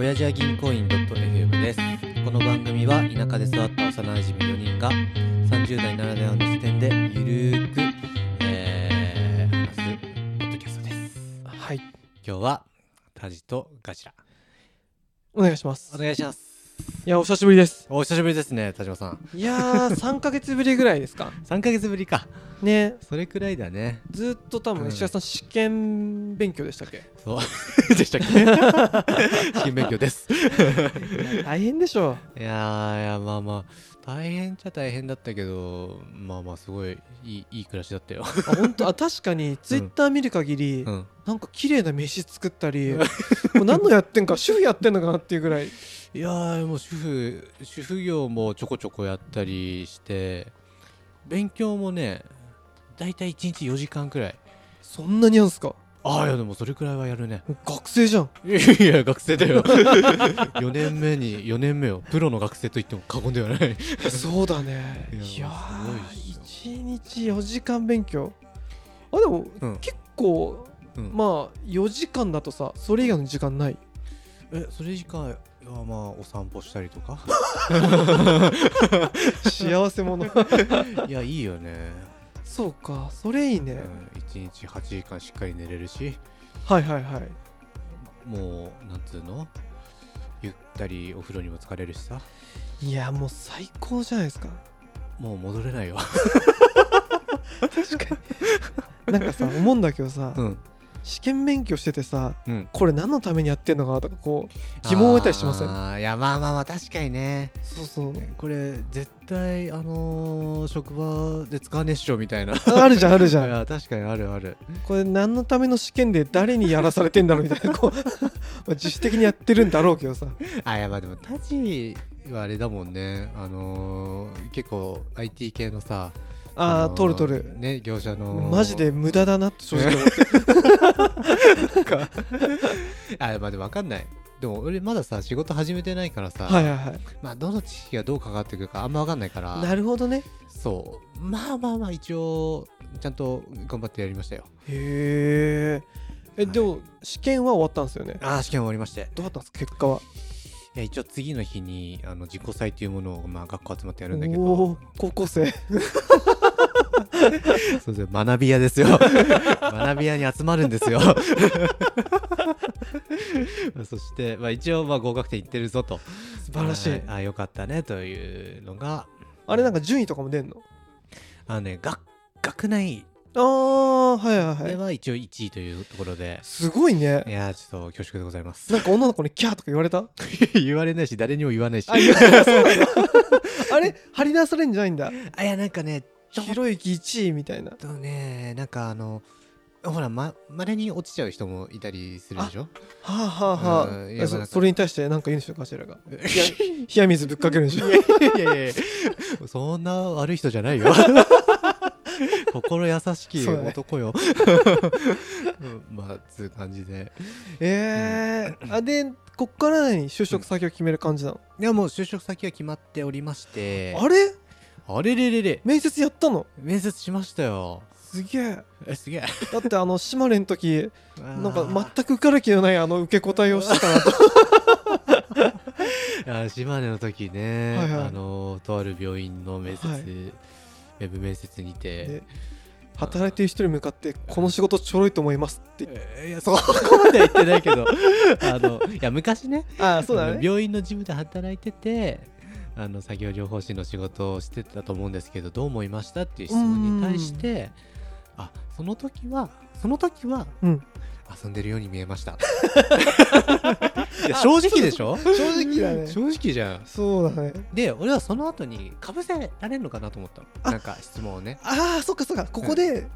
ラジア銀行員 .fm ですこの番組は田舎で育った幼馴染4人が30代ならではの視点でゆるーく、えー、話すポッドキャストですはい。今日はタジとガジラお願いします。お願いしますいや、お久しぶりです。お久しぶりですね田島さんいやー、3ヶ月ぶりぐらいです か。 3ヶ月ぶりかね。それくらいだねずーっと多うん分、石田さん、試験勉強でしたっけそう でしたっけ 新勉強です大変でしょいやーいやまあまあ大変っちゃ大変だったけどまあまあすごいいいいい暮らしだったよ、う。あ、本当あ、確かに、ツイッター見る限りう、ん、なんか綺麗な飯作ったり、もう何のやってんか、主婦やってんのかなっていうぐらい。いやーもう主婦主婦業もちょこちょこやったりして勉強もねだいたい1日4時間くらいそんなにあんすかああいやでもそれくらいはやるねもう学生じゃん。いや学生 だよ4年目に4年目よプロの学生と言っても過言ではないそうだね。いやいやすごいっー、す1日4時間勉強。あ、でも、うん結構、うんまあ、4時間だとさ、それ以外の時間ない。えそれ時間いやまあお散歩したりと か幸せ者いやいいよね、 そうかそれいいね、うん、1日8時間しっかり寝れるしはいはいはいもうなんつうのゆったりお風呂にも疲れるしさいやもう最高じゃないですかもう戻れないわ確かになんか さ思うんだけどさ、うん試験勉強しててさうんこれ何のためにやってんのかなとかこう疑問を得たりしませんあーいやまあまあまあ確かにねそうそうこれ絶対あのー職場で使わねえっしょみたい ないああるじゃんあるじゃんや確かにあるあるこれ何のための試験で誰にやらされてんだろうみた いなこうまあ自主的にやってるんだろうけどさあいやまあでもタジはあれだもんねあのー結構 IT 系のさああ、のー取る取るね業者のマジで無駄だなって 正直思ってあいやまあでも分かんないでも俺まださ仕事始めてないからさ、はいはいはいまあどの地域がどう関わってくるかあんま分かんないからなるほどねそうまあまあまあ一応ちゃんと頑張ってやりましたよへええでも試験は終わったんですよねああ試験終わりましてどうだったんですか結果はいや一応次の日にあの自己祭というものを、まあ、学校集まってやるんだけおどお高校生そうそう学び屋です よ学び屋に集まるんですよ そして、まあ、一応、まあ、合格点いってるぞと素晴らしはいあよかったねというのがあれなんか順位とかも出んのあのね学学内ああはいはでいはいは一応1位というところで、すごいいねやーちょっと恐縮でございます なんか女の子にキャーとか言われた言われないし誰にも言わないしあいやそうなんだ あれ張り出されんじゃないんだあいやなんかねちょひろゆき1位みたいなとねなんかあのほらままれに落ちちゃう人もいたりするでしょはあはあはあうんいやえそなんかそれに対してなんか言うんでしょ頭がい冷や水ぶっかけるんでしょやい やいやそんな悪い人じゃないよ 心優しきそうだね男よ、 うんまあつう感じでええあでこっから何就職先を決める感じなのいやもう就職先は決まっておりましてあれあれれれれ面接やったの面接しましたよすげええすげえだってあの島根の時な なんか全く受かる気のないあの受け答えをしてたなとあ島根の時ね、はいはいあのとある病院の面接、はいウェブ面接にてで、働いてる人に向かってこの仕事ちょろいと思いますってえーいやそこまでは言ってないけ どあのいや昔ねあああの病院の事務で働いててあの作業療法士の仕事をしてたと思うんですけどどう思いましたっていう質問に対してあその時はその時は、うん遊んでるように見え ましたいや正直でしょ正直だね正直じゃんそうだねで俺はその後にかぶせられるのかなと思ったのあなんか質問をねああそっかそっかここうでん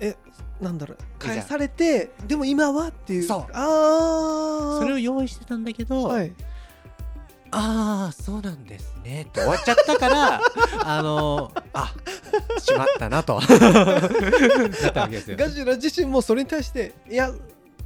えなんだろうじゃあ返されてでも今はっていうそうああそれを用意してたんだけど、はいああそうなんですねって終わっちゃったから あのあしまったなとなったわけですよ、ガジュラ自身もそれに対していや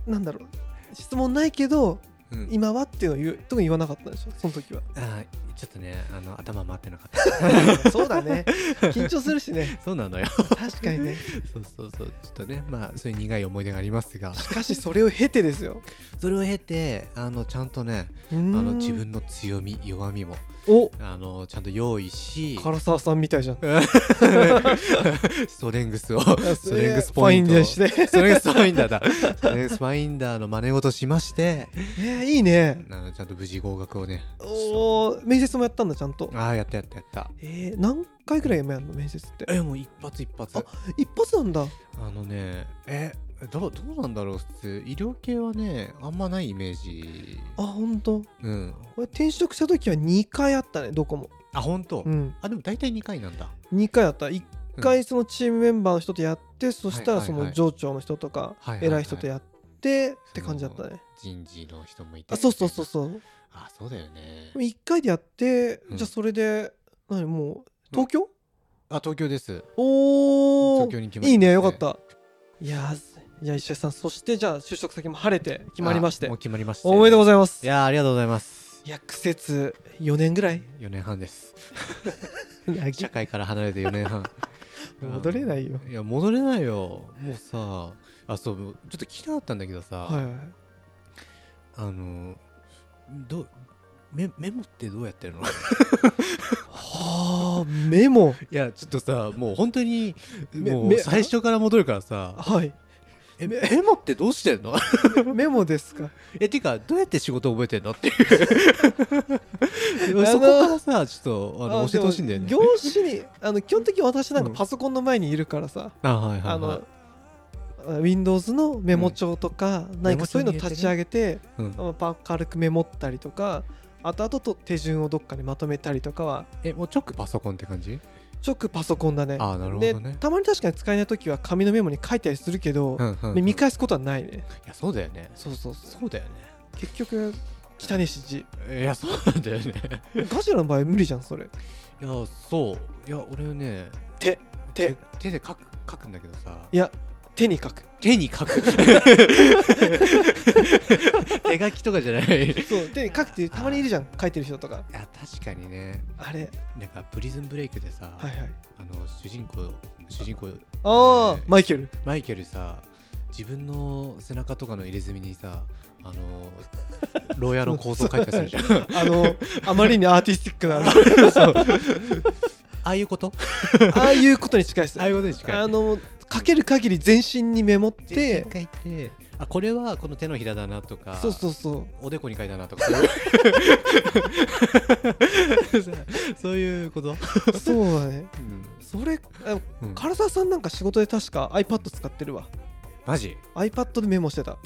なんだろう質問ないけどうん 今はっていうのを言う特に言わなかったんでしょその時はあーちょっとねあの頭回ってなかったそうだね緊張するし ね そうなのよ確かにねそうそうそうちょっとねまあそういう苦い思い出がありますがしかしそれを経てですよそれを経てあのちゃんとねああの自分の強み弱みもおあのちゃんと用意し唐沢さんみたいじゃんストレング スをストそレンれグスポイントフをァインでしてストレングスファインダーだストレングスファインダーの真似事しましてえーいいねあのちゃんと無事合格をねおー面接もやったんだちゃんとああやったやったやったえー何回くらい今やんの面接ってえもう一発一発あ一発なんだのねえどうどうなんだろう普通医療系はねあんまないイメージあ本当。うん俺転職した時は2回あったねどこもあ本当、うんあでも大体2回なんだ2回あった1回そのチームメンバーの人とやってそしたらはいそはいはいの上長の人とかはいはいはい偉い人とやってって感じだったね人事の人もいてあそうそうそうそうあそうだよね1回でやってうんじゃあそれで何もう東京あ東京ですおお東京に来ましたいいねよかったいやーじゃあ石橋さんそしてじゃあ就職先も晴れて決まりましあてもう決まりましておめでとうございざいますいやーありがとうございますいや苦節4年ぐらい4年半です社戻会から離れて4年 半れないよいや戻れないよもうさあそうちょっと聞きたかったんだけどさ、はいはいはいあのどメメモってどうやってるの いはあメモやちょっとさもう本当にめもうめ最初から戻るからさはいえメモってどうしてんの メモですかえてかどうやって仕事覚えてんの って いうそこからさちょっとあのあ教えてほしいんだよねでも業種にあの基本的に私なんかパソコンの前にいるからさ、あはいはい、はい、あの Windows のメモ帳とか、何かそういうの立ち上げてうんあのパ軽くメモったりとか後々と手順をどっかにまとめたりとかはえもう直パソコンって感じ直パソコンだねあーなるほどねでたまに確かに使えない時は紙のメモに書いたりするけど、うんうん、でい見返すことはないねやそうだよねそうそうそうそうだよ結局汚いし字ねいやそうなんだよねガジラの場合無理じゃんそれいやそういや俺ね手手手で書く書くんだけどさいや手に書く手に書 く手書きとかじゃないいそう手に書くってたまにいるじゃん書いてる人とかや確かにねあれなんかプリズンブレイクでさ、はいはいあの主人公主人公ああ、えーマイケルマイケルさ自分の背中とかの入れ墨にさあの牢屋の構造書いてするじゃんあのあまりにアーティスティックな あ そうああいうことあいうことに近いですああいうことに近いあの書ける限り全身にメモっでて書いてあこれはこの手のひらだなとかそうそうそうおでこに書いたな とかそういうそういうこと、そうだねうんそれあうん唐沢さんなんか仕事で確か iPad 使ってるわマジ iPad でメモしてた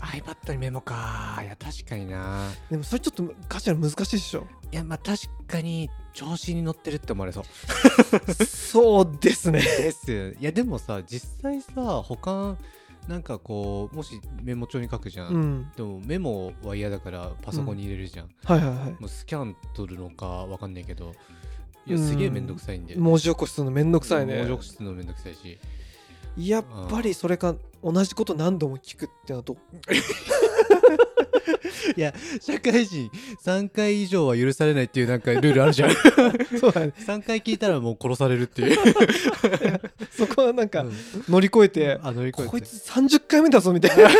iPad にメモかいや確かになでもそれちょっとガチな難しいっしょいやまあ確かに調子に乗ってるって思われそうそうです ねですいやでもさ実際さ他なんかこうもしメモ帳に書くじゃん、うんでもメモは嫌だからパソコンに入れるじゃん、はいはいはもうスキャン取るのかわかんないけどいやすげえめんどくさいんで、い文字起こしするのめんどくさい文ね字起こしするのめんどくさいしやっぱりそれか同じこと何度も聞くってのはどう 社会人3回以上は許されないっていうなんかルールあ るじゃんそうだね3回聞いたらもう殺されるっていうそこはなんかうん乗り越えてあ乗り越えてこいつ30回目だぞみたいない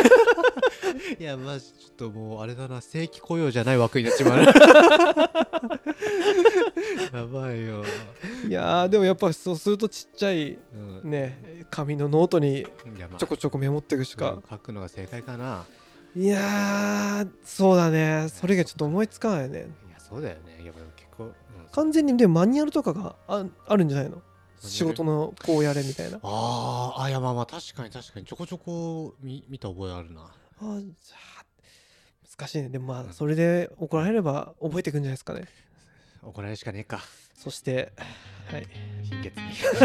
やまあちょっともうあれだな正規雇用じゃない枠になっちまうな やばいよ、 いやーでもやっぱそうするとちっちゃいうんね紙のノートにいやまあちょこちょこメモっていくしかうん書くのが正解かないやーそうだねそれがちょっと思いつかないねいやそうだよねいやでも結構、うん完全にでもマニュアルとかがああるんじゃないの仕事のこうやれ みたいなあーあいやまあまあ確かに確かにちょこちょこ見見た覚えあるなあーじゃあ難しいねでもまあそれで怒られれば覚えていくんじゃないですかね怒られるしかねえかそして はい貧血に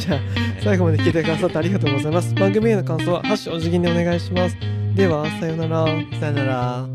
じゃあ最後まで聞いてくださってありがとうございます番組への感想は「ハッシュお辞儀」にお願いしますではさようならさよなら